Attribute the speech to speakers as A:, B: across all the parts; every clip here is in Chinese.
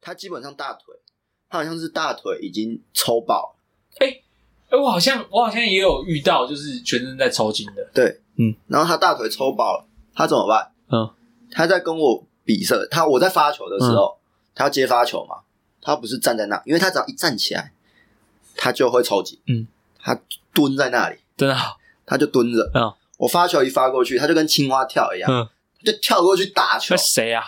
A: 他基本上大腿，他好像是大腿已经抽爆了，
B: 哎、我好像我好像也有遇到，就是全身在抽筋的，
A: 对，
B: 嗯，
A: 然后他大腿抽爆了，他怎么办？
B: 嗯，
A: 他在跟我比赛，他我在发球的时
B: 嗯
A: 候，他要接发球嘛，他不是站在那，因为他只要一站起来，他就会抽筋，
B: 嗯，
A: 他蹲在那里，
B: 真的好，
A: 他就蹲着，
B: 嗯，
A: 我发球一发过去，他就跟青蛙跳一样，
B: 嗯，
A: 他就跳过去打球
B: 那，谁啊？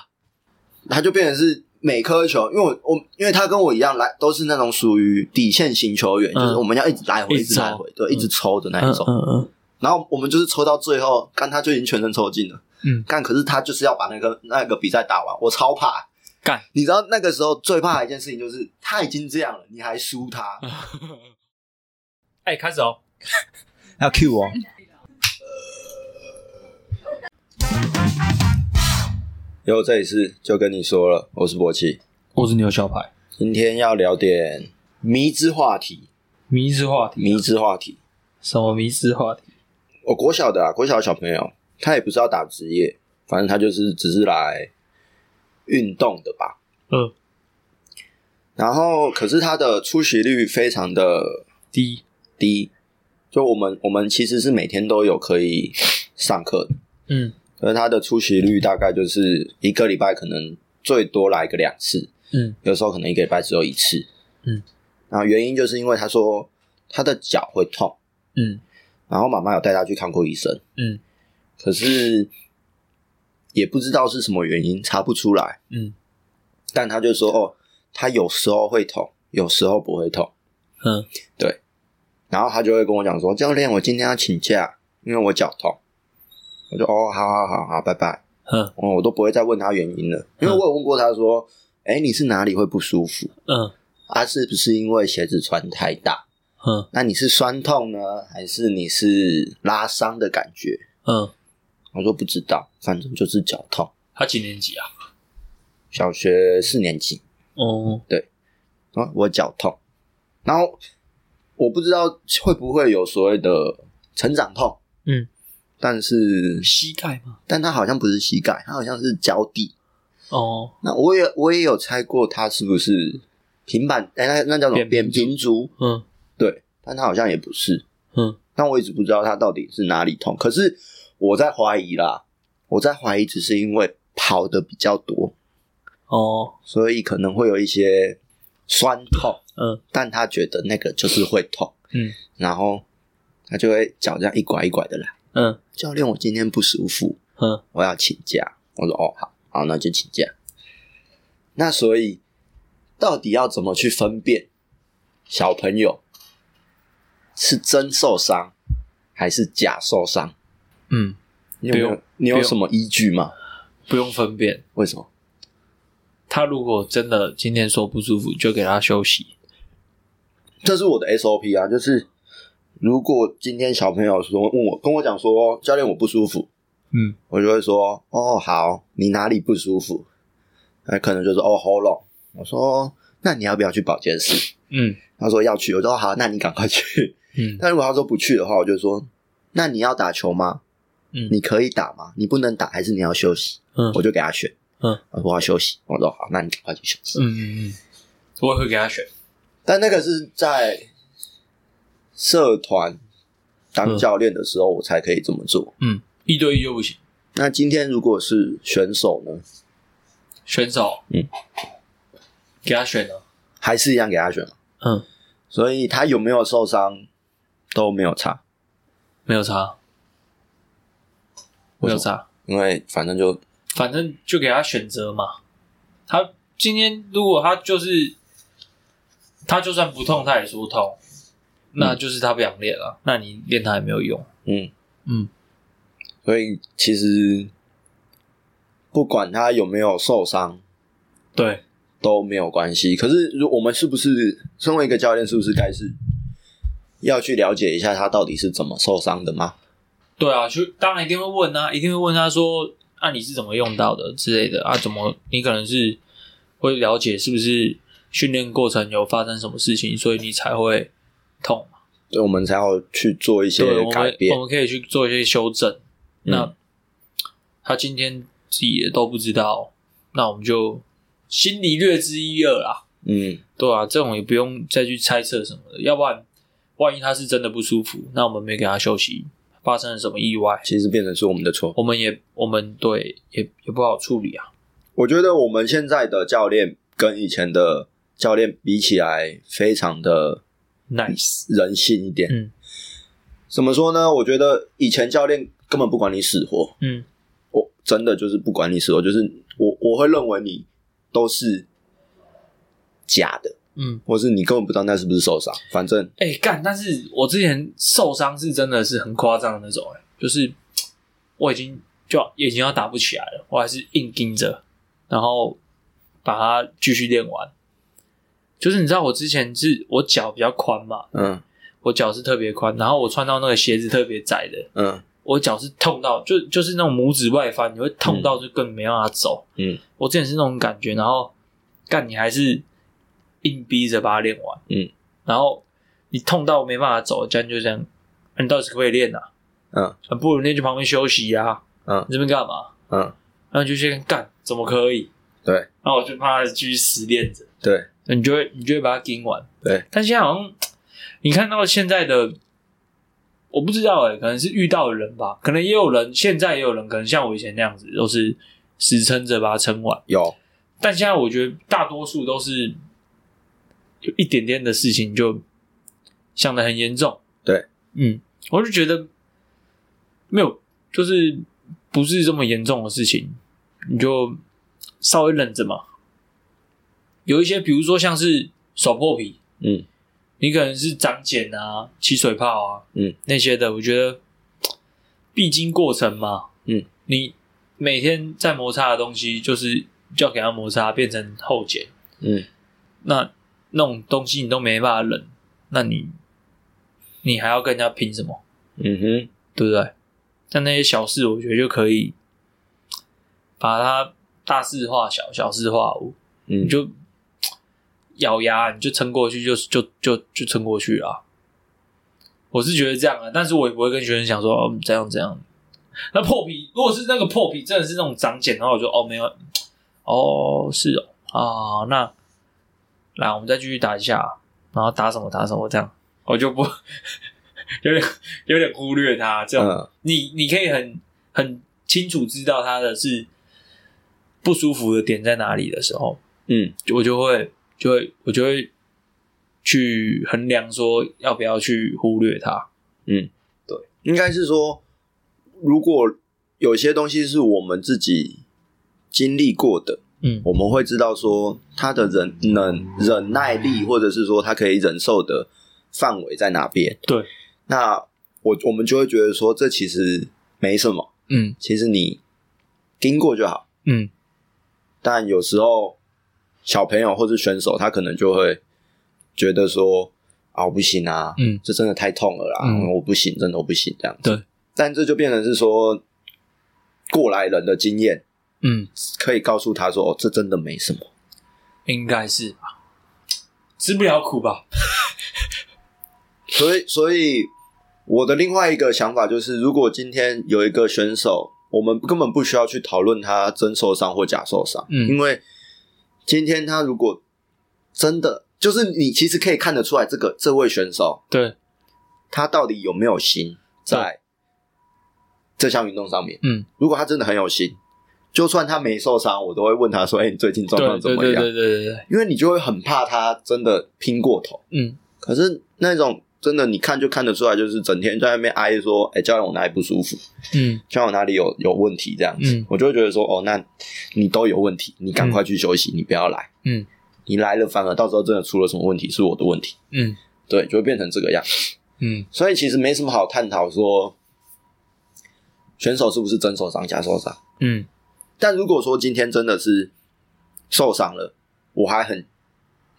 A: 他就变成是每颗球，因为我我因为他跟我一样来都是那种属于底线型球员，
B: 嗯
A: 就是我们要一直来回，
B: 一
A: 一
B: 直
A: 直来
B: 抽
A: 回，对，一直抽的那
B: 嗯
A: 一种。
B: 嗯嗯，
A: 然后我们就是抽到最后，干他就已经全身抽筋了。
B: 嗯
A: 干可是他就是要把那个那个比赛打完，我超怕。
B: 干，
A: 你知道那个时候最怕的一件事情就是他已经这样了，你还输他，
B: 哎、开始哦，
A: 要 Q 我。有这一次就跟你说了，我是博奇，
B: 我是牛小排，
A: 今天要聊点迷之话题，
B: 迷之话题，
A: 迷之话题。
B: 什么迷之话题？
A: 我国小的啊，国小的小朋友，他也不是要打职业，反正他就是只是来运动的吧。
B: 嗯，
A: 然后，可是他的出席率非常的
B: 第一，
A: 低，就我们我们其实是每天都有可以上课的，
B: 嗯
A: 可是他的出席率大概就是一个礼拜可能最多来个两次，
B: 嗯
A: 有时候可能一个礼拜只有一次。
B: 嗯，
A: 然后原因就是因为他说他的脚会痛，
B: 嗯
A: 然后妈妈有带他去看过医生。
B: 嗯
A: 可是也不知道是什么原因，查不出来。
B: 嗯
A: 但他就说：“哦，他有时候会痛，有时候不会痛。
B: 嗯，”
A: 然后他就会跟我讲说：“教练，我今天要请假，因为我脚痛。”我就：“哦，好好好好，拜拜。
B: 嗯”
A: 哦，我都不会再问他原因了，因为我有问过他说：“哎，你是哪里会不舒服？
B: 嗯
A: 啊，是不是因为鞋子穿太大？
B: 嗯
A: 那你是酸痛呢，还是你是拉伤的感觉
B: 嗯，？”
A: 我说：“不知道，反正就是脚痛。”
B: 他几年级啊？
A: 小学四年级
B: 哦，
A: 啊，我脚痛，然后我不知道会不会有所谓的成长痛，
B: 嗯，
A: 但是
B: 膝盖吗？
A: 但它好像不是膝盖，它好像是脚底。
B: 哦，
A: 那我也我也有猜过它是不是平板，哎、那那叫什么
B: 扁
A: 扁
B: 平
A: 平足？
B: 嗯
A: 对，但它好像也不是，
B: 嗯
A: 但我一直不知道它到底是哪里痛。可是我在怀疑啦，我在怀疑只是因为跑的比较多，
B: 哦，
A: 所以可能会有一些酸痛。
B: 嗯
A: 但他觉得那个就是会痛，
B: 嗯
A: 然后他就会脚这样一拐一拐的来。
B: 嗯
A: 教练，我今天不舒服，
B: 嗯
A: 我要请假。我说哦，好，好，那就请假。那所以到底要怎么去分辨小朋友是真受伤还是假受伤？
B: 嗯，
A: 你有没
B: 不
A: 有
B: 用
A: 你
B: 不
A: 有
B: 用
A: 什么依据吗？
B: 不用分辨。
A: 为什么？
B: 他如果真的今天说不舒服，就给他休息。
A: 这是我的 SOP 啊，就是如果今天小朋友说问我跟我讲说哦教练我不舒服，
B: 嗯
A: 我就会说：“哦，好，你哪里不舒服？”那可能就是哦喉咙。我说：“那你要不要去保健室
B: 嗯？”
A: 他说要去，我说：“哦好，那你赶快去。
B: 嗯”
A: 但如果他说不去的话，我就说：“那你要打球吗？
B: 嗯
A: 你可以打吗？你不能打，还是你要休息？”
B: 嗯
A: 我就给他选。
B: 嗯，
A: 我说我要休息。我说：“好，那你赶快去休息。
B: 嗯嗯嗯，我也会给他选。
A: 但那个是在社团当教练的时候，我才可以这么做。
B: 嗯，一对一就不行。
A: 那今天如果是选手呢，
B: 选手，
A: 嗯，
B: 给他选啊了。
A: 还是一样给他选吗？
B: 嗯，
A: 所以他有没有受伤都没有差，
B: 没有差，没有差，
A: 因为反正就
B: 反正就给他选择嘛。他今天如果他就是他就算不痛，他也说痛，那就是他不想练了。那你练他也没有用。
A: 嗯
B: 嗯，
A: 所以其实不管他有没有受伤
B: 对，
A: 都没有关系。可是，如我们是不是身为一个教练，是不是该是要去了解一下他到底是怎么受伤的吗？
B: 对啊，就当然一定会问啊，一定会问他说：“啊，你是怎么用到的之类的啊？怎么你可能是会了解是不是训练过程有发生什么事情，所以你才会痛嘛？
A: 所以我们才要去做一些
B: 对，我
A: 改
B: 们我
A: 变。嗯
B: 们可以去做一些修正。那他今天自己也都不知道，那我们就心里略知一二啦。
A: 嗯，
B: 对啊，这种也不用再去猜测什么的，要不然万一他是真的不舒服，那我们没给他休息，发生了什么意外，
A: 其实变成是我们的错。
B: 我们也我们对也也不好处理啊。
A: 我觉得我们现在的教练跟以前的教练比起来，非常的
B: Nice，
A: 人性一点。
B: 嗯，
A: 怎么说呢？我觉得以前教练根本不管你死活，
B: 嗯
A: 我真的就是不管你死活，就是我我会认为你都是假的，
B: 嗯，
A: 或是你根本不知道那是不是受伤，反正
B: 哎、干，但是我之前受伤是真的是很夸张的那种、哎，就是我已经就已经要打不起来了，我还是硬盯着，然后把它继续练完。就是你知道我之前是我脚比较宽嘛，
A: 嗯
B: 我脚是特别宽，然后我穿到那个鞋子特别窄的，
A: 嗯
B: 我脚是痛到就就是那种拇指外翻，你会痛到就根本没办法走。
A: 嗯
B: 我之前是那种感觉，然后干你还是硬逼着把它练完，
A: 嗯，
B: 然后你痛到没办法走，这样就这样，啊你到底是可不可以练啊？
A: 嗯
B: 啊不如练去旁边休息啊，
A: 嗯
B: 你这边干嘛？
A: 嗯，
B: 然后你就先干，怎么可以？
A: 对
B: 然后我就怕他继续死练着。
A: 对，
B: 你就会你就会把它盯完。
A: 对，
B: 但现在好像你看到现在的，我不知道哎、可能是遇到的人吧，可能也有人现在也有人，可能像我以前那样子，都是死撑着把它撑完。
A: 有
B: 但现在我觉得大多数都是有一点点的事情就想的很严重。
A: 对，
B: 嗯，我就觉得没有，就是不是这么严重的事情，你就稍微忍着嘛。有一些，比如说像是手破皮，
A: 嗯
B: 你可能是长茧啊、起水泡啊，
A: 嗯，
B: 那些的，我觉得必经过程嘛，
A: 嗯，
B: 你每天在摩擦的东西，就是就要给它摩擦变成厚茧，
A: 嗯
B: 那那种东西你都没办法忍，那你你还要跟人家拼什么？
A: 嗯哼，
B: 对不对？但那些小事，我觉得就可以把它大事化小，小事化无，
A: 嗯
B: 你就咬牙，你就撑过去就，就就就撑过去啊。我是觉得这样啊，但是我也不会跟学生讲说哦怎样怎样。那破皮，如果是那个破皮真的是那种长茧，然后我就哦没有，哦是哦啊，那来我们再继续打一下，然后打什么打什么这样，我就不 有点有点忽略它这样。
A: 嗯
B: 你你可以很很清楚知道它的是不舒服的点在哪里的时候，
A: 嗯
B: 我就会就会我就会去衡量说要不要去忽略它。
A: 应该是说，如果有些东西是我们自己经历过的，
B: 嗯
A: 我们会知道说他的忍忍忍耐力，或者是说他可以忍受的范围在哪边。
B: 对，
A: 那我我们就会觉得说，这其实没什么，
B: 嗯
A: 其实你经过就好。
B: 嗯，
A: 但有时候小朋友或是选手，他可能就会觉得说啊，我不行啊，
B: 嗯
A: 这真的太痛了啦，
B: 嗯
A: 我不行，真的我不行这样子。
B: 对，
A: 但这就变成是说过来人的经验，
B: 嗯，
A: 可以告诉他说，哦，这真的没什么。
B: 应该是吧，吃不了苦吧？
A: 所以，所以我的另外一个想法就是，如果今天有一个选手，我们根本不需要去讨论他真受伤或假受伤，
B: 嗯
A: 因为今天他如果真的就是你，其实可以看得出来，这个这位选手
B: 对，
A: 他到底有没有心在这项运动上面。
B: 嗯，
A: 如果他真的很有心，就算他没受伤，我都会问他说：“哎、你最近状况
B: 对
A: 怎
B: 对
A: 么样
B: 对？”对对对对，
A: 因为你就会很怕他真的拼过头。
B: 嗯
A: 可是那种真的，你看就看得出来，就是整天在那边哀说：“哎、教练，我哪里不舒服？
B: 嗯
A: 教练，我哪里有有问题？”这样子，
B: 嗯
A: 我就会觉得说：“哦，那你都有问题，你赶
B: 嗯
A: 快去休息，你不要来。
B: 嗯
A: 你来了，反而到时候真的出了什么问题，是我的问题。
B: 嗯
A: 对，就会变成这个样。
B: 嗯
A: 所以其实没什么好探讨说选手是不是真受伤、假受伤。
B: 嗯
A: 但如果说今天真的是受伤了，我还很，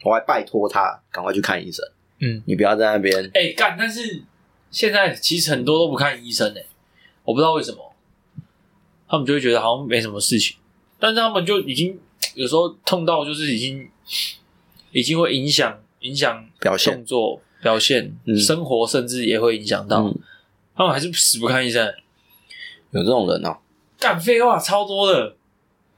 A: 我还拜托他赶快去看医生。
B: 嗯，
A: 你不要在那边，
B: 哎、干，但是现在其实很多都不看医生哎、我不知道为什么，他们就会觉得好像没什么事情，但是他们就已经有时候痛到就是已经已经会影响影响
A: 表现
B: 动作表现、
A: 嗯
B: 生活，甚至也会影响到、
A: 嗯，
B: 他们还是死不看医生，欸
A: 有这种人哦、
B: 干废话超多的，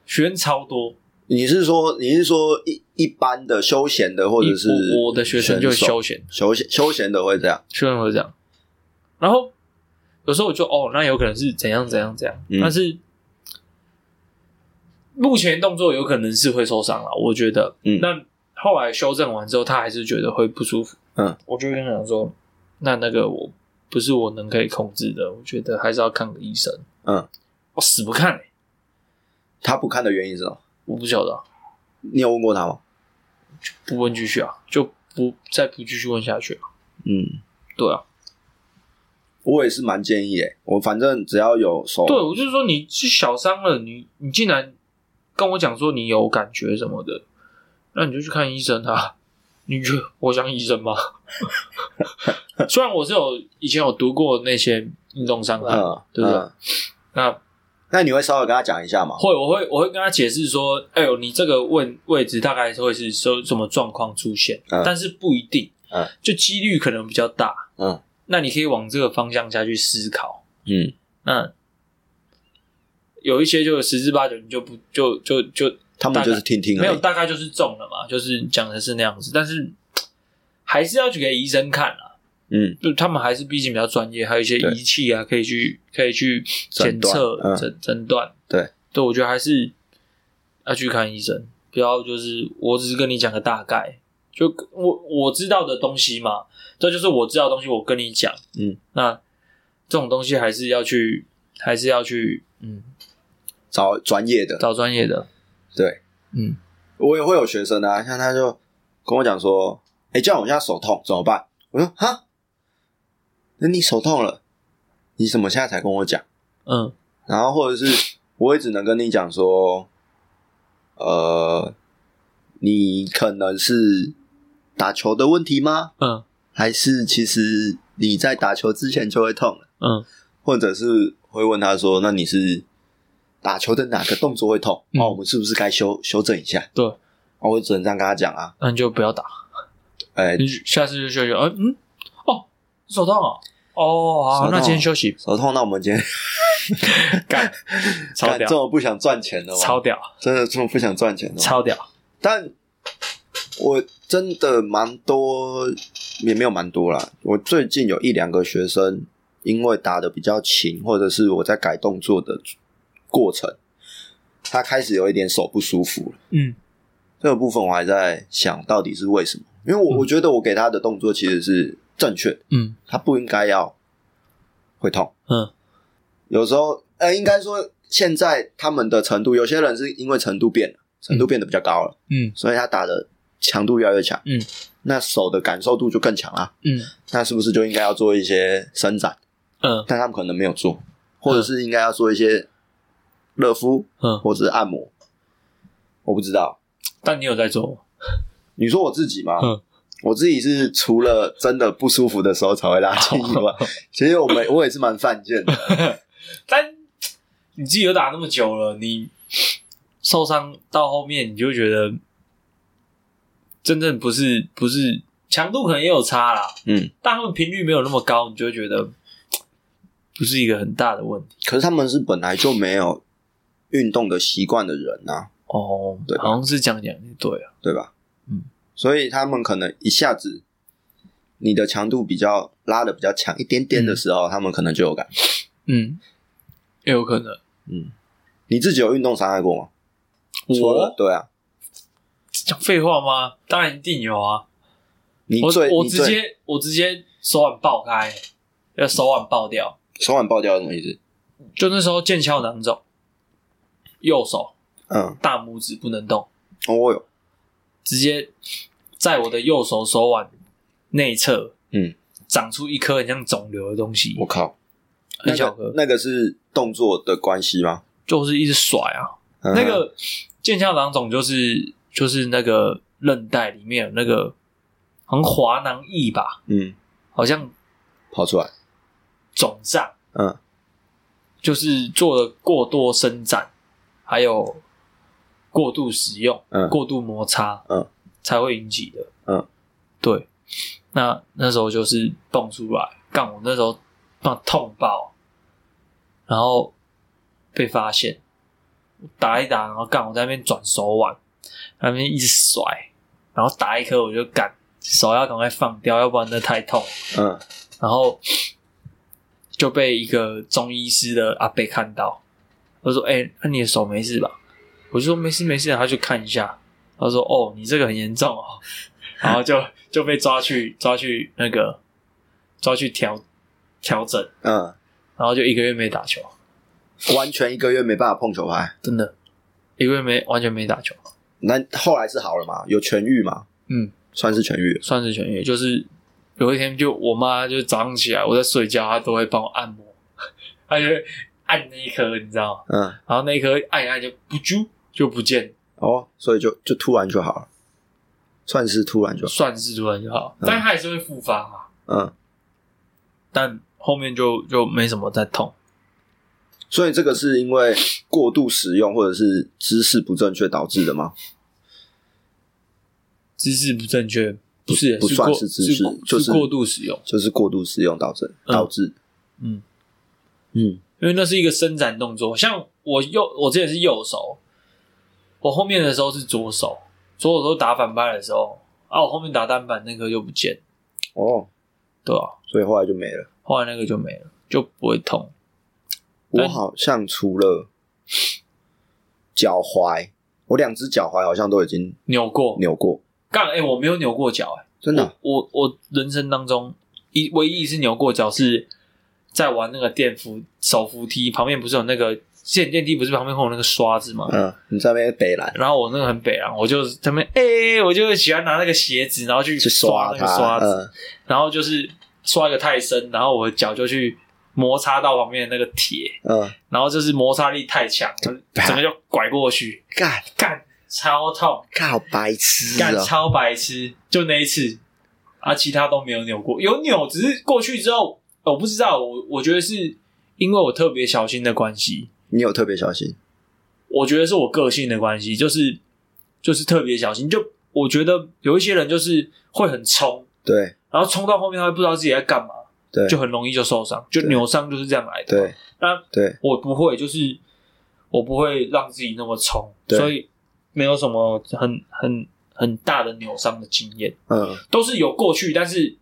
B: 学生超多，
A: 你是说你是说一一般的休闲的，或者是
B: 一我我的学生就是
A: 选手
B: 休闲，
A: 休闲休闲的会这样？
B: 学生会这样。然后有时候我就哦，那有可能是怎样怎样怎样，
A: 嗯
B: 但是目前动作有可能是会受伤了，我觉得。
A: 嗯
B: 那后来修正完之后，他还是觉得会不舒服。
A: 嗯，
B: 我就跟他讲说，那那个我不是我能可以控制的，我觉得还是要看个医生。
A: 嗯，
B: 我死不看、欸，
A: 他不看的原因是什么？
B: 我不晓得啊、
A: 你有问过他吗？
B: 不问继续啊，就不再不继续问下去了、
A: 嗯，
B: 对啊，
A: 我也是蛮建议诶、我反正只要有手，嗯
B: 对，我就是说你是小伤了，你你竟然跟我讲说你有感觉什么的，那你就去看医生啊。你觉得我像医生吗？ 虽然我是有以前有读过那些运动伤害，
A: 嗯，
B: 对不对
A: 嗯
B: 那
A: 那你会稍微跟他讲一下吗？
B: 会我会我会跟他解释说，哎呦，你这个问位置大概会是说什么状况出现，
A: 嗯
B: 但是不一定，
A: 嗯
B: 就几率可能比较大，
A: 嗯，
B: 那你可以往这个方向下去思考，
A: 嗯
B: 那有一些就十之八九你就不就就就
A: 他们就是听听
B: 没
A: 而
B: 有
A: 已。
B: 大概就是中了嘛，就是讲的是那样子，但是还是要去给医生看啊，
A: 嗯
B: 就他们还是毕竟比较专业，还有一些
A: 对
B: 仪器啊可以去可以去检
A: 诊断
B: 测
A: 嗯
B: 诊诊断，
A: 对，
B: 对我觉得还是要去看医生，不要就是我只是跟你讲个大概。就我我知道的东西嘛，这就是我知道的东西，我跟你讲，
A: 嗯，
B: 那这种东西还是要去，还是要去，嗯，
A: 找专业的，
B: 找专业的，
A: 对
B: 嗯，
A: 我也会有学生啊，像他就跟我讲说，哎、这样我现在手痛怎么办？我说哈，那你手痛了，你怎么现在才跟我讲？
B: 嗯
A: 然后或者是我也只能跟你讲说，呃，你可能是打球的问题吗？
B: 嗯
A: 还是其实你在打球之前就会痛了？
B: 嗯
A: 或者是会问他说，那你是打球的哪个动作会痛？
B: 嗯
A: 哦，我们是不是该修修正一下？
B: 对
A: 哦，我只能这样跟他讲啊。
B: 那你就不要打，
A: 哎、
B: 你下次就休息，嗯嗯，哦，手痛哦，哦，
A: 手
B: 好，
A: 痛
B: 那今天休息，
A: 手痛，那我们今天
B: 干，超
A: 干
B: 屌
A: 这，么不想赚钱的吗？嗯
B: 超屌，
A: 真的这么不想赚钱的吗？
B: 超屌，
A: 但我真的蛮多，也没有蛮多啦。我最近有一两个学生，因为打的比较勤，或者是我在改动作的过程，他开始有一点手不舒服了。
B: 嗯
A: 这个部分我还在想到底是为什么，因为我
B: 嗯
A: 我觉得我给他的动作其实是正确，
B: 嗯
A: 他不应该要会痛。
B: 嗯
A: 有时候，呃，应该说现在他们的程度，有些人是因为程度变了，程度变得比较高了，
B: 嗯
A: 所以他打的强度越来越强。
B: 嗯，
A: 那手的感受度就更强啦。
B: 嗯
A: 那是不是就应该要做一些伸展？
B: 嗯
A: 但他们可能没有做，或者是应该要做一些热敷
B: 嗯，
A: 或者是按摩，我不知道。
B: 但你有在做吗，
A: 你说我自己吗？
B: 嗯
A: 我自己是除了真的不舒服的时候才会拉筋以 外，其实我们我也是蛮犯贱的。
B: 但你自己有打那么久了，你受伤到后面，你就会觉得真正不是不是强度可能也有差啦，
A: 嗯，
B: 但他们频率没有那么高，你就会觉得不是一个很大的问题
A: 可是他们是本来就没有运动的习惯的人啊，
B: 哦。
A: 对
B: 好像是这样讲就对了。
A: 对吧？
B: 嗯，
A: 所以他们可能一下子你的强度比较拉的比较强一点点的时候，他们可能就有感觉。
B: 嗯，也有可能。
A: 嗯，你自己有运动伤害过吗？除了
B: 我
A: 对啊，
B: 讲废话吗？当然一定有啊！
A: 你
B: 我
A: 最
B: 我
A: 你
B: 直
A: 最
B: 接我直接手腕爆开，要手腕爆掉。
A: 手腕爆掉是什么意思？
B: 就那时候腱鞘囊肿，右手
A: 嗯，
B: 大拇指不能动，
A: 哦，我有，
B: 直接在我的右手手腕内侧，
A: 嗯，
B: 长出一颗很像肿瘤的东西
A: 我，靠，
B: 很
A: 那
B: 小
A: 个
B: 颗，
A: 那个是动作的关系吗？
B: 就是一直甩
A: 嗯
B: 啊。那个腱鞘囊肿就是就是那个韧带里面有那个好像滑囊液吧，
A: 嗯，
B: 好像
A: 跑出来，
B: 肿胀，
A: 嗯，
B: 就是做了过多伸展，还有过度使用、
A: 嗯
B: 过度摩擦，
A: 嗯，
B: 才会引起的。
A: 嗯，
B: 对。那那时候就是蹦出来，干我那时候那痛爆，然后被发现打一打，然后干我在那边转手腕，那边一直甩，然后打一颗我就干，手要赶快放掉，要不然那太痛。
A: 嗯，
B: 然后就被一个中医师的阿伯看到，他说：“哎、那你的手没事吧？”我就说：“没事没事。”他去看一下，他说：“哦，你这个很严重哦。”然后就就被抓去抓去那个抓去调调整，
A: 嗯，
B: 然后就一个月没打球，
A: 完全一个月没办法碰球拍。
B: 真的，一个月没完全没打球，
A: 那后来是好了嘛？有痊愈嘛？
B: 嗯，
A: 算是痊愈了。
B: 算是痊愈。就是有一天就我妈就早上起来我在睡觉，她都会帮我按摩，她就会按那一颗，你知道吗？
A: 嗯，
B: 然后那一颗按一按就不啾就不见，
A: 哦，所以就就突然就好了，算是突然就好。
B: 算是突然就好，
A: 嗯
B: 但它还是会复发啊嘛。
A: 嗯，
B: 但后面就就没什么再痛，
A: 所以这个是因为过度使用或者是姿势不正确导致的吗？
B: 姿势不正确不是
A: 不算
B: 过
A: 是
B: 是
A: 姿势
B: 过
A: 就是
B: 过度使用，
A: 就是过度使用导致
B: 嗯
A: 导致。
B: 嗯，
A: 嗯
B: 因为那是一个伸展动作。像我右我之前是右手，我后面的时候是左手，左手打反拍的时候啊，我后面打单板那颗就不见，
A: 哦，
B: 对吧、
A: 所以后来就没了。
B: 后来那个就没了，就不会痛。
A: 我
B: 但
A: 好像除了脚踝，我两只脚踝好像都已经
B: 扭过
A: 扭过，
B: 杠哎、我没有扭过脚哎、
A: 真的啊、
B: 我我我人生当中一唯一一次扭过脚是在玩那个电扶手扶梯，旁边不是有那个现电梯，不是旁边会有那个刷子吗？
A: 嗯，你在那边北蓝，
B: 然后我那个很北啊，我就他们哎、我就喜欢拿那个鞋子，然后去
A: 去刷
B: 那
A: 它，
B: 个刷子，
A: 嗯，
B: 然后就是刷一个太深，然后我的脚就去摩擦到旁边的那个铁，
A: 嗯，
B: 然后就是摩擦力太强，整个就拐过去，
A: 干
B: 干超痛，
A: 干好白痴
B: 干
A: 哦、
B: 超白痴，就那一次，啊，其他都没有扭过，有扭，只是过去之后，呃我不知道，我我觉得是因为我特别小心的关系，
A: 你有特别小心，
B: 我觉得是我个性的关系，就是就是特别小心，就我觉得有一些人就是会很冲，
A: 对
B: 然后冲到后面他会不知道自己在干嘛，
A: 对
B: 就很啊容易就受伤，就
A: 对
B: 扭伤就是这样来的。
A: 对
B: 那
A: 对，
B: 我不会，就是我不会让自己那么冲，
A: 对
B: 所以没有什么很很很大的扭伤的经验。
A: 嗯，
B: 都是有过去，但是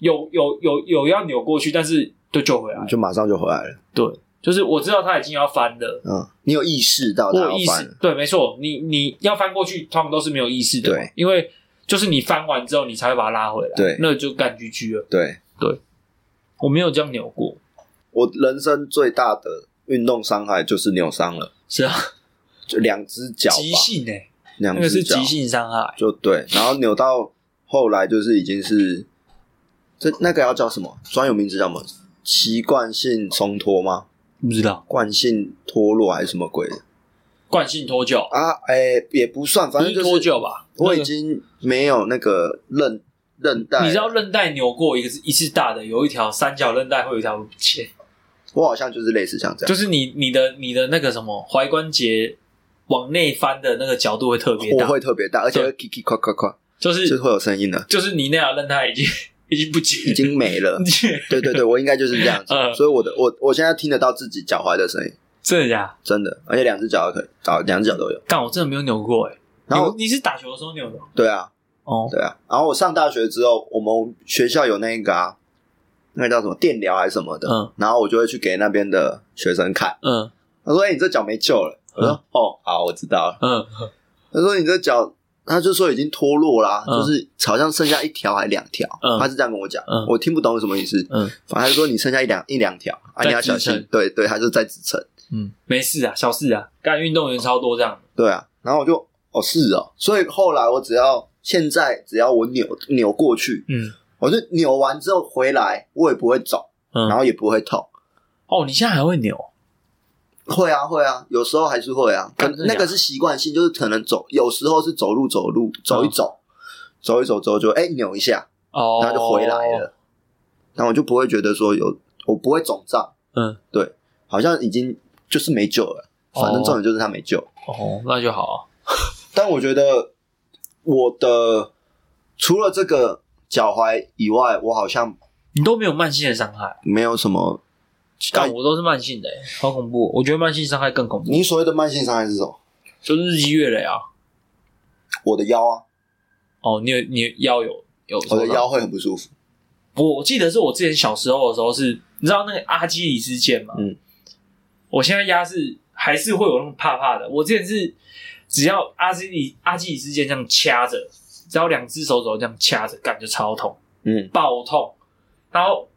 B: 有有有有要扭过去，但是就救回来了。
A: 就马上就回来了，
B: 对，就是我知道他已经要翻了，
A: 嗯，你有意识到
B: 我
A: 它
B: 有
A: 要
B: 意
A: 翻
B: 识
A: 了，，
B: 对，没错，你你要翻过去，他们都是没有意识的嘛，
A: 对
B: 因为就是你翻完之后，你才会把它拉回来，
A: 对
B: 那就干居居了。
A: 对
B: 我没有这样扭过，
A: 我人生最大的运动伤害就是扭伤了，
B: 是啊，
A: 就两只脚
B: 急
A: 吧，
B: 性哎、
A: 两
B: 那个
A: 只
B: 是
A: 脚
B: 急性伤害，
A: 就对，然后扭到后来就是已经是这那个要叫什么专有名词叫什么？习惯性松脱吗？
B: 不知道
A: 惯性脱落还是什么鬼的
B: 惯性脱臼，
A: 啊？哎、也不算，反正
B: 不
A: 就是
B: 脱臼吧？
A: 我
B: 那
A: 已
B: 个
A: 经没有那个韧韧带，
B: 你知道韧带扭过一个是一次大的，有一条三角韧带会有一条不见。
A: 我好像就是类似像这
B: 就
A: 样，
B: 是你你的你的那个什么踝关节往内翻的那个角度会特别
A: 我
B: 大，
A: 会特别大，而且会 k i k 咔咔咔，
B: 就是
A: 就是会有声音的，
B: 就是你那条韧带已 经已经不紧，。
A: 已经没了
B: 解，
A: 对对对，我应该就是这样子，
B: 嗯
A: 所以我的我我现在听得到自己脚踝的声音，
B: 真的假的？
A: 真的，而且两只脚都可以，脚两只脚都有。
B: 但我真的没有扭过哎、
A: 然后
B: 你你是打球的时候扭的吗
A: 对啊，
B: 哦，
A: 对啊，然后我上大学之后，我们学校有那个啊，那个叫什么电疗还是什么的，
B: 嗯
A: 然后我就会去给那边的学生看，
B: 嗯
A: 他说：“哎、你这脚没救了。”我说：“哦，好，我知道了。
B: 嗯”
A: 他说：“你这脚，他就说已经脱落啦、
B: 嗯
A: 就是好像剩下一条还两条。
B: 嗯
A: 他是这样跟我讲、
B: 嗯
A: 我听不懂是什么意思。
B: 嗯
A: 反正他就说你剩下一两一两条啊，
B: 在
A: 你要小
B: 支
A: 心
B: 撑。
A: 对对，他就在支撑。
B: 嗯，没事啊，小事啊，干运动员超多这样的，
A: 对啊，然后我就哦是哦，所以后来我只要现在只要我扭扭过去，
B: 嗯
A: 我就扭完之后回来，我也不会肿，然
B: 嗯，
A: 后也不会痛。
B: 哦，你现在还会扭，
A: 会啊，会啊，有时候还是会啊，可
B: 干
A: 能
B: 真
A: 那
B: 的假的
A: 个是习惯性，就是可能走，有时候是走路走路走
B: 嗯
A: 一走，走一走之后就哎、扭一下，
B: 哦，
A: 然后就回来了，然后我就不会觉得说有我不会肿胀，
B: 嗯，
A: 对，好像已经就是没救了，反正
B: 哦
A: 重点就是他没救。
B: 哦，那就好、
A: 但我觉得我的除了这个脚踝以外，我好像
B: 你都没有慢性的伤害，
A: 没有什么。
B: 但我都是慢性的、欸，好恐怖哦、我觉得慢性伤害更恐怖，
A: 你所谓的慢性伤害是什么？
B: 就是日积月累啊，
A: 我的腰啊，
B: 哦，你有你腰有有
A: 我
B: 受
A: 的
B: 到
A: 腰会很不舒服。
B: 我记得是我之前小时候的时候是，你知道那个阿基里斯腱吗？
A: 嗯，
B: 我现在压是还是会有那种怕怕的。我之前是只要阿基里阿基里斯腱这样掐着，只要两只手指头这样掐着，感觉超痛，
A: 嗯，
B: 爆痛。然后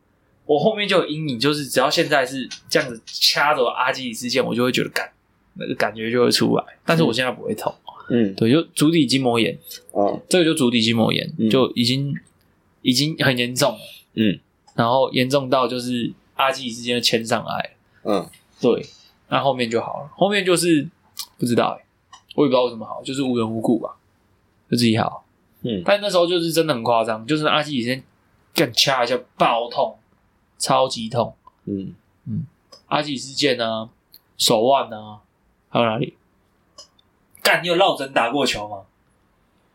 B: 我后面就有阴影，就是只要现在是这样子掐着我阿基里斯腱，我就会觉得感那个感觉就会出来，但是我现在不会痛。
A: 嗯
B: 对，就足底筋膜炎，
A: 嗯
B: 这个就足底筋膜炎，
A: 嗯
B: 就已经已经很严重了。
A: 嗯，
B: 然后严重到就是阿基里斯腱就牵上来了，
A: 嗯，
B: 对，那后面就好了，后面就是不知道哎、我也不知道为什么好，就是无缘无故吧，就自己好。
A: 嗯
B: 但那时候就是真的很夸张，就是阿基里斯腱干掐一下爆痛，超级痛。
A: 嗯，
B: 阿基里斯腱啊，手腕啊，还有哪里？干，你有落枕打过球吗？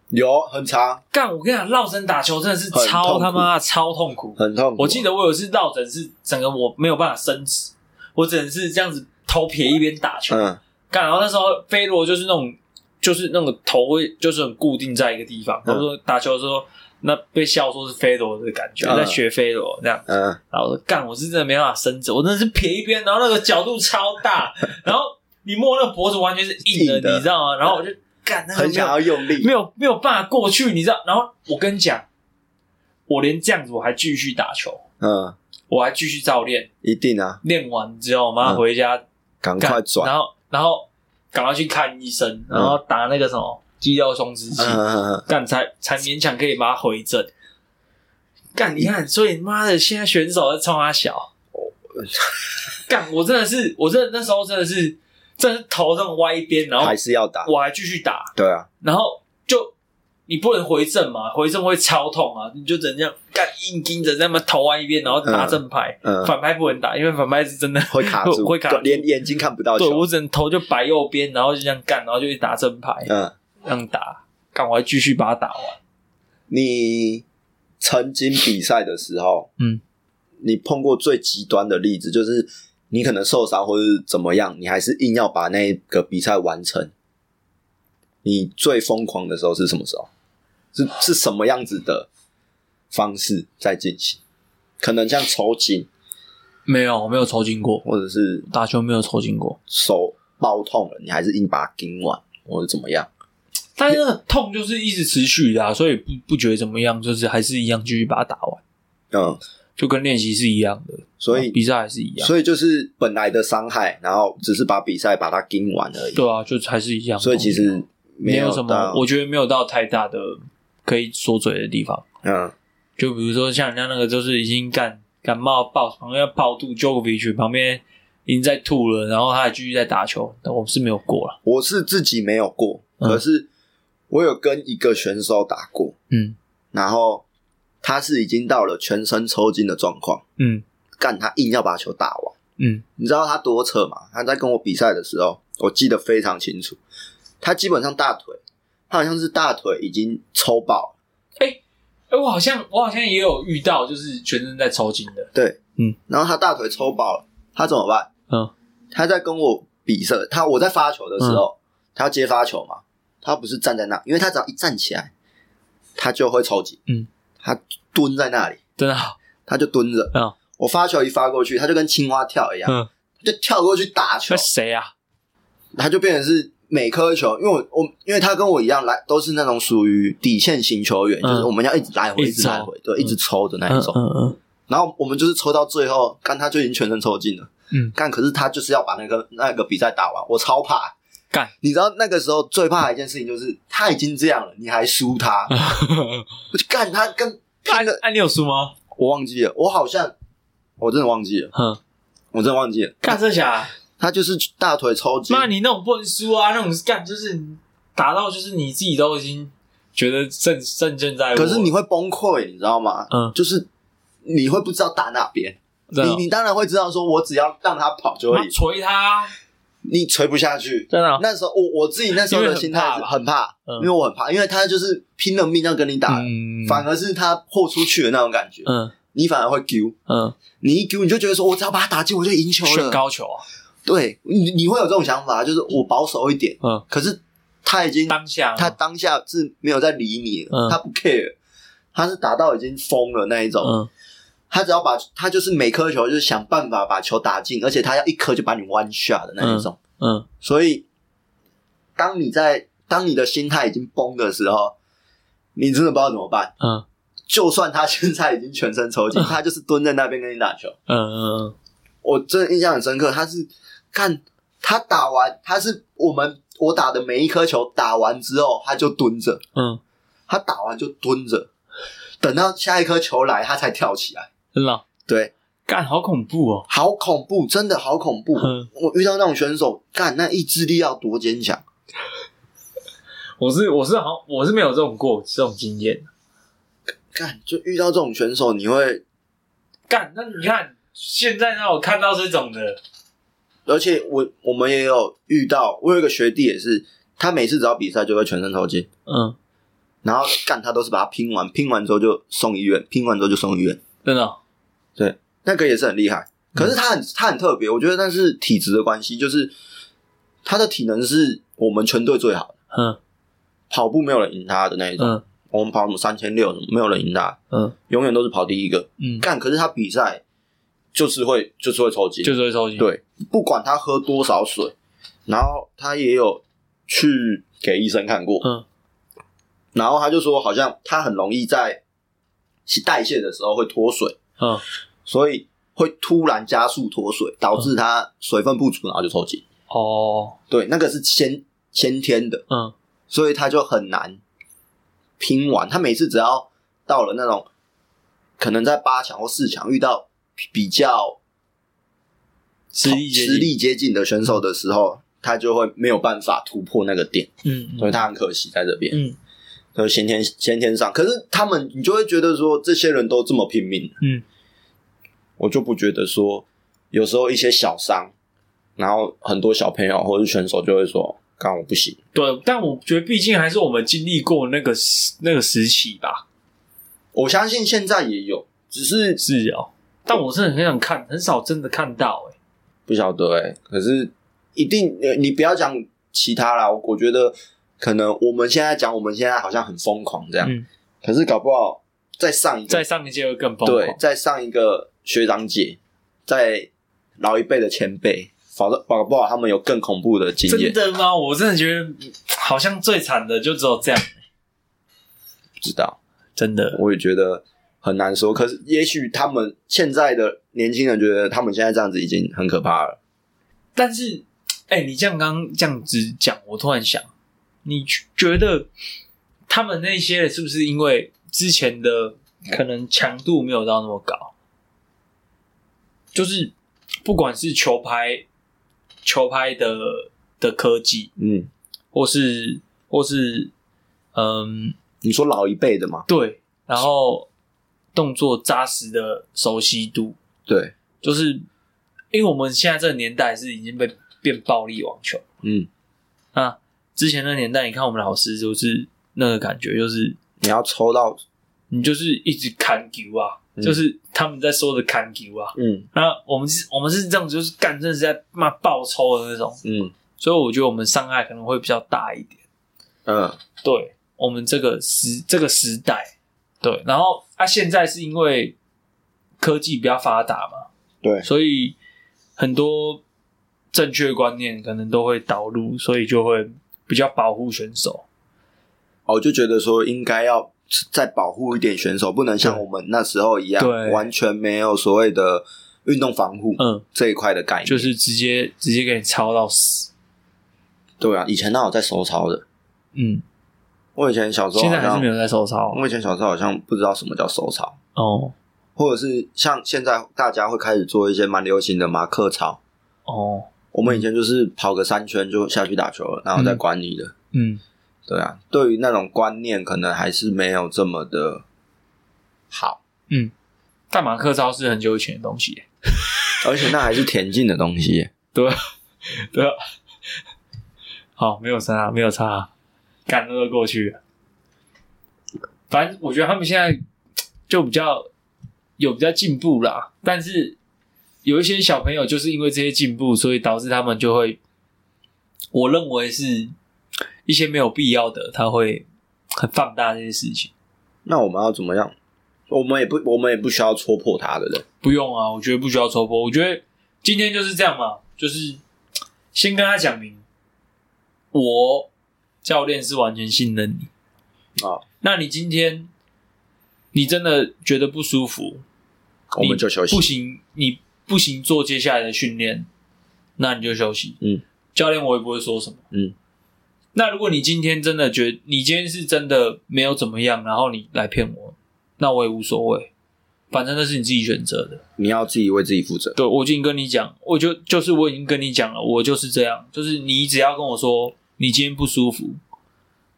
A: 有很长
B: 干，我跟你讲，落枕打球真的是
A: 很痛
B: 超
A: 苦
B: 他妈超痛苦。
A: 很痛苦。
B: 我记得我有一次落枕是整个我没有办法伸直，我只能是这样子头撇一边打球。
A: 嗯
B: 干、然后那时候飞罗就是那种，就是那个头会就是很固定在一个地方。他、
A: 嗯
B: 说打球的时候，那被笑说是飞罗的感觉，
A: 嗯
B: 在学飞罗这样。
A: 嗯
B: 然后我说干，我是真的没办法伸直，我真的是撇一边，然后那个角度 超大，然后你摸那个脖子完全是硬的，
A: 硬的嗯
B: 你知道吗？然后我就干，那个
A: 很
B: 没有
A: 想要用力
B: 没。有没有办法过去，你知道？然后我跟你讲，我连这样子我还继续打球，
A: 嗯，
B: 我还继续照练，
A: 一定啊，
B: 练完之后我
A: 嗯
B: 妈回家
A: 赶
B: 干、
A: 快转。
B: 然后然后赶快去看医生，然后打那个什么肌肉松弛剂，
A: 嗯嗯嗯
B: 干、才才勉强可以把它回正。干，你看，所以妈的，现在选手在冲他小。
A: 哦
B: 干，我真的是，我真的那时候真的是，真的是头上歪一边，然
A: 嗯，
B: 后
A: 还是要打。
B: 我还继续打，
A: 对啊，
B: 然后就你不能回正嘛，回正会超痛啊，你就只能这样干硬盯着，那么头歪一边，然后拿正牌，
A: 嗯，
B: 反拍不能打，因为反拍是真的
A: 会卡住，
B: 会卡住
A: 对连眼睛看不到
B: 对
A: 球。
B: 我只能头就摆右边，然后就这样干，然后就去打正牌，
A: 嗯，
B: 这样打，干我还继续把它打完。
A: 你曾经比赛的时候，
B: 嗯，
A: 你碰过最极端的例子就是。你可能受伤或是怎么样，你还是硬要把那个比赛完成。你最疯狂的时候是什么时候？是是什么样子的方式在进行？可能像抽筋，
B: 没有，我没有抽筋过，
A: 或者是
B: 打球没有抽筋过，
A: 手爆痛了，你还是硬把它顶完，或者怎么样？
B: 但是那个痛就是一直持续的、啊，所以不不觉得怎么样，就是还是一样继续把它打完，
A: 嗯，
B: 就跟练习是一样的，
A: 所以
B: 比赛还是一样，
A: 所以就是本来的伤害，然后只是把比赛把它盯完而已。
B: 对啊，就还是一样。
A: 所以其实
B: 没
A: 有
B: 有什么
A: 到，
B: 我觉得没有到太大的可以说嘴的地方。
A: 嗯
B: 就比如说像人家那个，就是已经感感冒爆旁边要爆肚 j o k o v i c 旁边已经在吐了，然后他还继续在打球，但我是没有过了。
A: 我是自己没有过，
B: 嗯
A: 可是我有跟一个选手打过，
B: 嗯
A: 然后他是已经到了全身抽筋的状况，
B: 嗯
A: 干他硬要把球打完。
B: 嗯
A: 你知道他多扯吗？他在跟我比赛的时候，我记得非常清楚，他基本上大腿，他好像是大腿已经抽爆了。
B: 哎、我好像我好像也有遇到，就是全身在抽筋的。
A: 对，
B: 嗯，
A: 然后他大腿抽爆了，他怎么办？
B: 嗯，
A: 他在跟我比赛，他我在发球的时
B: 嗯
A: 候，他要接发球嘛，他不是站在那，因为他只要一站起来，他就会抽筋。
B: 嗯，
A: 他蹲在那里，
B: 真的啊好，
A: 他就蹲着。
B: 嗯，
A: 我发球一发过去，他就跟青蛙跳一样，
B: 嗯，
A: 就跳过去打球
B: 那，谁啊？
A: 他就变成是。每颗球，因为我我因为他跟我一样来，都是那种属于底线型球员，
B: 嗯
A: 就是我们要一直来回，
B: 一
A: 一
B: 直
A: 直来
B: 抽
A: 回，对，一直抽的那
B: 嗯
A: 一种。
B: 嗯嗯，
A: 然后我们就是抽到最后，干他就已经全身抽筋了。
B: 嗯
A: 干可是他就是要把那个那个比赛打完，我超怕。
B: 干，
A: 你知道那个时候最怕的一件事情就是他已经这样了，你还输他，
B: 嗯
A: 我就干他跟
B: 哎
A: 拼了。
B: 哎，你有输吗？
A: 我忘记了，我好像我真的忘记了，
B: 哼，
A: 我真的忘记了。
B: 干这下，
A: 他就是大腿抽筋，
B: 妈，你那种不能输啊，那种干就是打到就是你自己都已经觉得胜胜券在握。
A: 可是你会崩溃，你知道吗？
B: 嗯啊
A: 就是你会不知道打哪边，
B: 真的
A: 你你当然会知道，说我只要让他跑就
B: 妈
A: 会赢，
B: 捶他，啊
A: 你捶不下去，
B: 真的啊
A: 那时候我我自己那时候的心态
B: 因为
A: 是
B: 很怕吧
A: 很怕，
B: 嗯
A: 因为我很怕，因为他就是拼了命要跟你打，
B: 嗯
A: 反而是他豁出去的那种感觉，
B: 嗯
A: 你反而会丢，
B: 嗯，
A: 你一丢你就觉得说我只要把他打进我就赢球
B: 炫
A: 了，
B: 高球啊，
A: 对，你你会有这种想法，就是我保守一点，
B: 嗯
A: 可是他已经
B: 当下啊
A: 他当下是没有在理你了，
B: 嗯
A: 他不 care，他是打到已经疯了那一种，
B: 嗯
A: 他只要把他就是每颗球就是想办法把球打进，而且他要一颗就把你 one shot 的那一种。
B: 嗯
A: 所以，当你在当你的心态已经崩的时候，你真的不知道怎么办。
B: 嗯
A: 就算他现在已经全身抽 筋，他就是蹲在那边跟你打球。
B: 嗯嗯
A: 我真的印象很深刻，他是看他打完，他是我们我打的每一颗球打完之后，他就蹲着，
B: 嗯，
A: 他打完就蹲着，等到下一颗球来，他才跳起来。
B: 真的哦
A: 对，
B: 干好恐怖哦，
A: 好恐怖，真的好恐怖。
B: 嗯
A: 我遇到那种选手，干那意志力要多坚强。
B: 我是我是好我是没有这种过这种经验，
A: 干就遇到这种选手，你会，
B: 干那你看现在让我看到这种的，
A: 而且我我们也有遇到，我有一个学弟也是，他每次只要比赛就会全身抽筋，
B: 嗯，
A: 然后干他都是把他拼完，拼完之后就送医院，拼完之后就送医院。
B: 真的哦，
A: 那个也是很厉害，
B: 嗯
A: 可是他很他很特别，我觉得那是体质的关系，就是他的体能是我们全队最好的，
B: 嗯
A: 跑步没有人赢他的那一种，
B: 嗯
A: 我们跑什么三千六，没有人赢他，
B: 嗯
A: 永远都是跑第一个。
B: 嗯，
A: 干，可是他比赛就是会就是会抽筋，
B: 就是会抽筋，
A: 对，不管他喝多少水，然后他也有去给医生看过，
B: 嗯，
A: 然后他就说好像他很容易在代谢的时候会脱水。
B: 嗯
A: 所以会突然加速脱水，导致它水分不足，然后就抽筋。
B: 哦
A: 嗯对，那个是先先天的，
B: 嗯
A: 所以他就很难拼完。他每次只要到了那种可能在八强或四强遇到比较
B: 实力接近
A: 实力接近的选手的时候，他就会没有办法突破那个点，
B: 嗯
A: 所以他很可惜在这边。
B: 嗯
A: 就是先天先天上，可是他们你就会觉得说这些人都这么拼命，
B: 嗯，
A: 我就不觉得说有时候一些小伤，然后很多小朋友或者是选手就会说，刚我不行，
B: 对，但我觉得毕竟还是我们经历过那个时那个时期吧，
A: 我相信现在也有，只是
B: 是哦，但我真的很想看，很少真的看到哎、
A: 不晓得哎、可是一定呃你不要讲其他啦，我我觉得可能我们现在讲我们现在好像很疯狂这样，
B: 嗯
A: 可是搞不好再上一个
B: 在上一届会更疯
A: 对
B: 狂，，
A: 再上一个学长姐，在老一辈的前辈，搞得搞不好他们有更恐怖的经
B: 真
A: 验，
B: 的吗？我真的觉得好像最惨的就只有这样，
A: 不知道。
B: 真的，
A: 我也觉得很难说，可是也许他们现在的年轻人觉得他们现在这样子已经很可怕了。
B: 但是，哎、你这样刚刚这样子讲，我突然想，你觉得他们那些是不是因为之前的可能强度没有到那么高？就是不管是球拍、球拍的的科技，
A: 嗯，
B: 或是或是嗯，
A: 你说老一辈的嘛，
B: 对，然后动作扎实的熟悉度，
A: 对，
B: 就是因为我们现在这个年代是已经被变暴力网球。
A: 嗯，
B: 那之前那年代，你看我们老师就是那个感觉，就是
A: 你要抽到，
B: 你就是一直砍球啊，
A: 嗯
B: 就是他们在说的砍球啊。
A: 嗯
B: 那我们是，我们是这样，就是干，真的是在骂爆抽的那种。
A: 嗯
B: 所以我觉得我们伤害可能会比较大一点。
A: 嗯，
B: 对我们这个时这个时代，对，然后啊，现在是因为科技比较发达嘛，
A: 对，
B: 所以很多正确观念可能都会导入，所以就会比较保护选手。
A: 哦我就觉得说应该要再保护一点选手，不能像
B: 对
A: 我们那时候一样
B: 对，
A: 完全没有所谓的运动防护
B: 嗯，
A: 这一块的概念。
B: 就是直接直接给你抄到死。
A: 对啊，以前那有在手抄的，
B: 嗯，
A: 我以前小时候
B: 现在
A: 好
B: 还是
A: 像
B: 没有在手抄
A: 我以前小时候好像不知道什么叫手抄，
B: 哦
A: 或者是像现在大家会开始做一些蛮流行的马克操。
B: 哦，
A: 我们以前就是跑个三圈就下去打球了，然后再管你的。
B: 嗯
A: 对啊，对于那种观念，可能还是没有这么的好，
B: 嗯，但马克抄是很久以前的东西耶。
A: 而且那还是田径的东西。
B: 对啊，对啊。好，没有差啊，没有差啊，赶都过去了。反正我觉得他们现在就比较有比较进步啦，但是有一些小朋友就是因为这些进步，所以导致他们就会，我认为是一些没有必要的，他会很放大这些事情。
A: 那我们要怎么样？我们也不，我们也不需要戳破他的人。
B: 不用啊，我觉得不需要抽波。我觉得今天就是这样嘛，就是先跟他讲明，我教练是完全信任你。
A: 哦，
B: 那你今天你真的觉得不舒服，
A: 我们就休息
B: 你不。行，你不行做接下来的训练，那你就休息。
A: 嗯，
B: 教练我也不会说什么。
A: 嗯，
B: 那如果你今天真的觉你今天是真的没有怎么样，然后你来骗我，那我也无所谓，反正那是你自己选择的。
A: 你要自己为自己负责。
B: 对，我已经跟你讲，我就就是我已经跟你讲了，我就是这样，就是你只要跟我说你今天不舒服，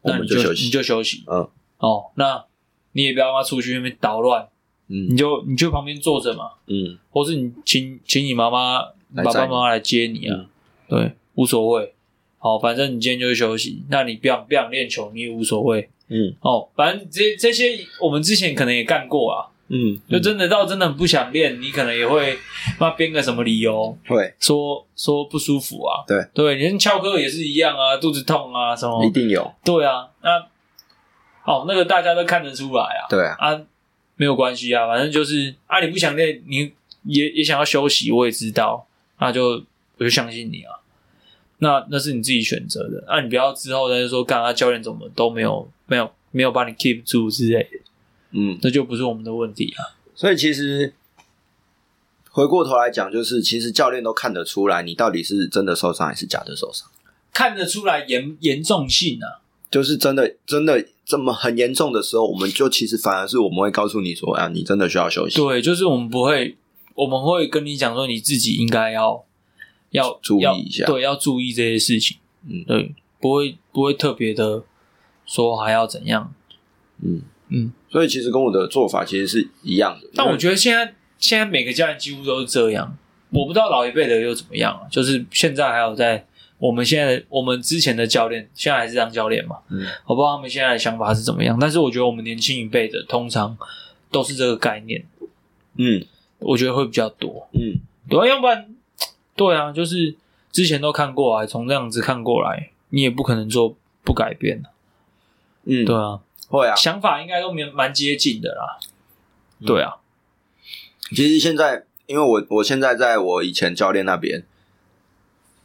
A: 我
B: 那
A: 们
B: 你
A: 就休息
B: 你就休息。
A: 嗯，
B: 哦，那你也不要他妈出去那边捣乱，你
A: 嗯
B: 就你就旁边坐着嘛，
A: 嗯，
B: 或是你请请你妈妈、
A: 来
B: 爸
A: 载
B: 爸
A: 你嗯
B: 妈妈来接你啊，对，无所谓。好，反正你今天就是休息，那你不想不想练球，你也无所谓。
A: 嗯
B: 哦，反正这这些我们之前可能也干过啊，
A: 嗯，
B: 就真的到真的很不想练，你可能也会妈编个什么理由，
A: 会
B: 说说不舒服啊，
A: 对
B: 对，连翘课也是一样啊，肚子痛啊什么
A: 一，定有。
B: 对啊，那哦那个大家都看得出来啊，
A: 对啊，
B: 啊没有关系啊，反正就是啊你不想练，你也也想要休息，我也知道，那就我就相信你啊，那那是你自己选择的，啊你不要之后再说干啊教练怎么都没有没有没有把你 keep 住之类的，
A: 嗯，
B: 那就不是我们的问题啊，
A: 所以其实回过头来讲，就是其实教练都看得出来，你到底是真的受伤还是假的受伤，
B: 看得出来严严重性啊。
A: 就是真的真的这么很严重的时候，我们就其实反而是我们会告诉你说，啊，你真的需要休息。
B: 对，就是我们不会，我们会跟你讲说你自己应该要要
A: 注意
B: 要
A: 一下
B: 对，要注意这些事情。
A: 嗯
B: 对，不会不会特别的说还要怎样。
A: 嗯
B: 嗯，
A: 所以其实跟我的做法其实是一样的。
B: 但
A: 因
B: 我
A: 为
B: 觉得现在现在每个家人几乎都是这样，我不知道老一辈的又怎么样啊，就是现在还有在我们现在我们之前的教练，现在还是当教练嘛，
A: 嗯
B: 我不知道他们现在的想法是怎么样，但是我觉得我们年轻一辈的通常都是这个概念，
A: 嗯
B: 我觉得会比较多。
A: 嗯，
B: 对啊，要不然，对啊，就是之前都看过来，从这样子看过来，你也不可能做不改变的。
A: 嗯，
B: 对啊，
A: 会啊。
B: 想法应该都蛮蛮接近的啦。对啊，
A: 其实现在，因为我我现在在我以前教练那边，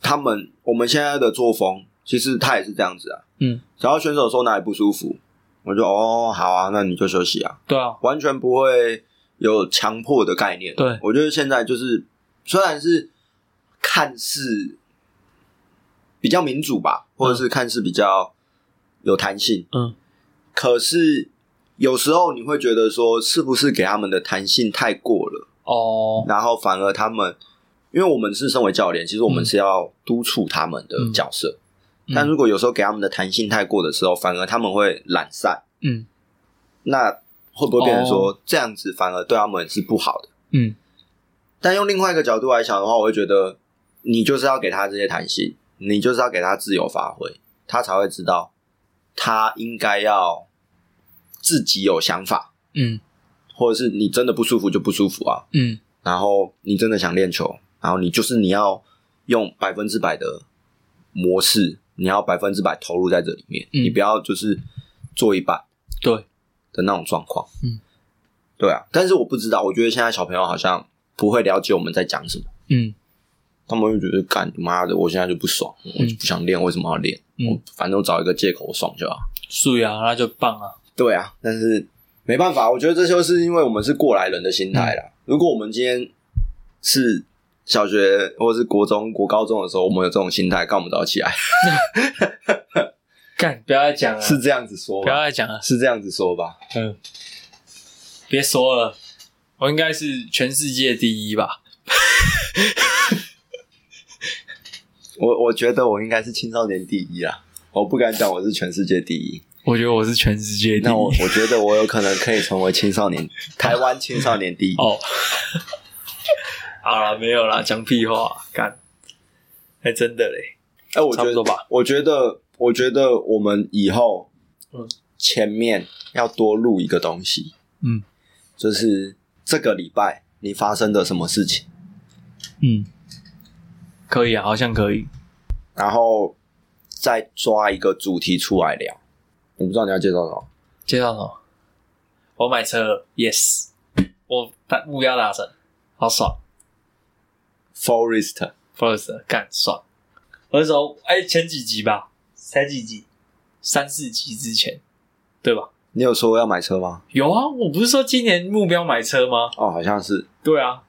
A: 他们我们现在的作风，其实他也是这样子啊。
B: 嗯，
A: 只要选手说哪里不舒服，我就哦好啊，那你就休息啊，
B: 对啊，
A: 完全不会有强迫的概念。
B: 对
A: 我觉得现在就是虽然是看似比较民主吧，或者是看似比较有弹性，
B: 嗯，
A: 可是有时候你会觉得说，是不是给他们的弹性太过了？
B: 哦，
A: 然后反而他们，因为我们是身为教练，其实我们是要督促他们的角色，
B: 嗯
A: 但如果有时候给他们的弹性太过的时候，反而他们会懒散，
B: 嗯
A: 那会不会变成说、这样子反而对他们是不好的？
B: 嗯，
A: 但用另外一个角度来想的话，我会觉得你就是要给他这些弹性，你就是要给他自由发挥，他才会知道他应该要自己有想法，
B: 嗯
A: 或者是你真的不舒服就不舒服啊，
B: 嗯，
A: 然后你真的想练球，然后你就是你要用百分之百的模式，你要百分之百投入在这里面，
B: 嗯
A: 你不要就是做一半
B: 对，
A: 的那种状况。
B: 嗯，
A: 对啊，但是我不知道，我觉得现在小朋友好像不会了解我们在讲什么，
B: 嗯
A: 他们会觉得干妈的，我现在就不爽，我就不想练，为什么要练？
B: 嗯，
A: 反正我找一个借口我爽就好。
B: 素雅那就棒啊。
A: 对啊，但是没办法，我觉得这就是因为我们是过来人的心态啦。
B: 嗯
A: 如果我们今天是小学或是国中、国高中的时候，我们有这种心态，干我们早起来，
B: 嗯干，不要再讲了，
A: 是这样子说
B: 不要
A: 吧？
B: 再讲了，
A: 是这样子说吧？
B: 嗯，别说了，我应该是全世界第一吧。
A: 我我觉得我应该是青少年第一啦，我不敢讲我是全世界第一。
B: 我觉得我是全世界第一。
A: 那我我觉得我有可能可以成为青少年台湾青少年第一。
B: 哦， 好了，没有啦，讲屁话，干，还真的嘞，
A: 哎、我觉
B: 差不多
A: 得
B: 吧，
A: 我觉得，我觉得我们以后，
B: 嗯
A: 前面要多录一个东西。
B: 嗯
A: 就是这个礼拜你发生的什么事情，
B: 嗯，可以啊，好像可以，
A: 然后再抓一个主题出来聊。我不知道你要介绍什么，
B: 介绍什么？我买车了，yes，我达目标达成，好爽
A: Forest
B: ，First 干爽。我那时候哎、前几集吧，才几集，三四集之前，对吧？
A: 你有说要买车吗？
B: 有啊，我不是说今年目标买车吗？
A: 哦，好像是，
B: 对啊，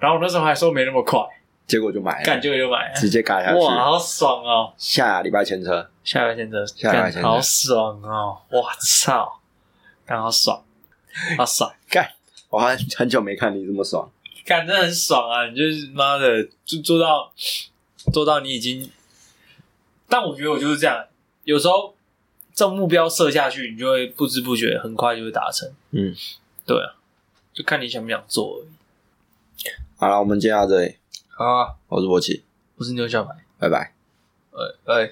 B: 然后我那时候还说没那么快，
A: 结果就买
B: 干
A: 了，
B: 就就买了，
A: 直接改下
B: 哇，
A: 去，
B: 好爽哦！
A: 下礼拜签车。
B: 下班先车，
A: 下班先
B: 干
A: 车
B: 好爽哦！我操，干 好爽，好爽。
A: 我还很久没看你这么爽，
B: 感真的很爽啊！你就是妈的，就做到做到你已经，但我觉得我就是这样，有时候这种目标设下去，你就会不知不觉很快就会达成。
A: 嗯，
B: 对啊，就看你想不想做而已。
A: 好了，我们今天到这里，
B: 好啊，
A: 我是博奇，
B: 我是牛小白，
A: 拜拜。
B: 哎哎。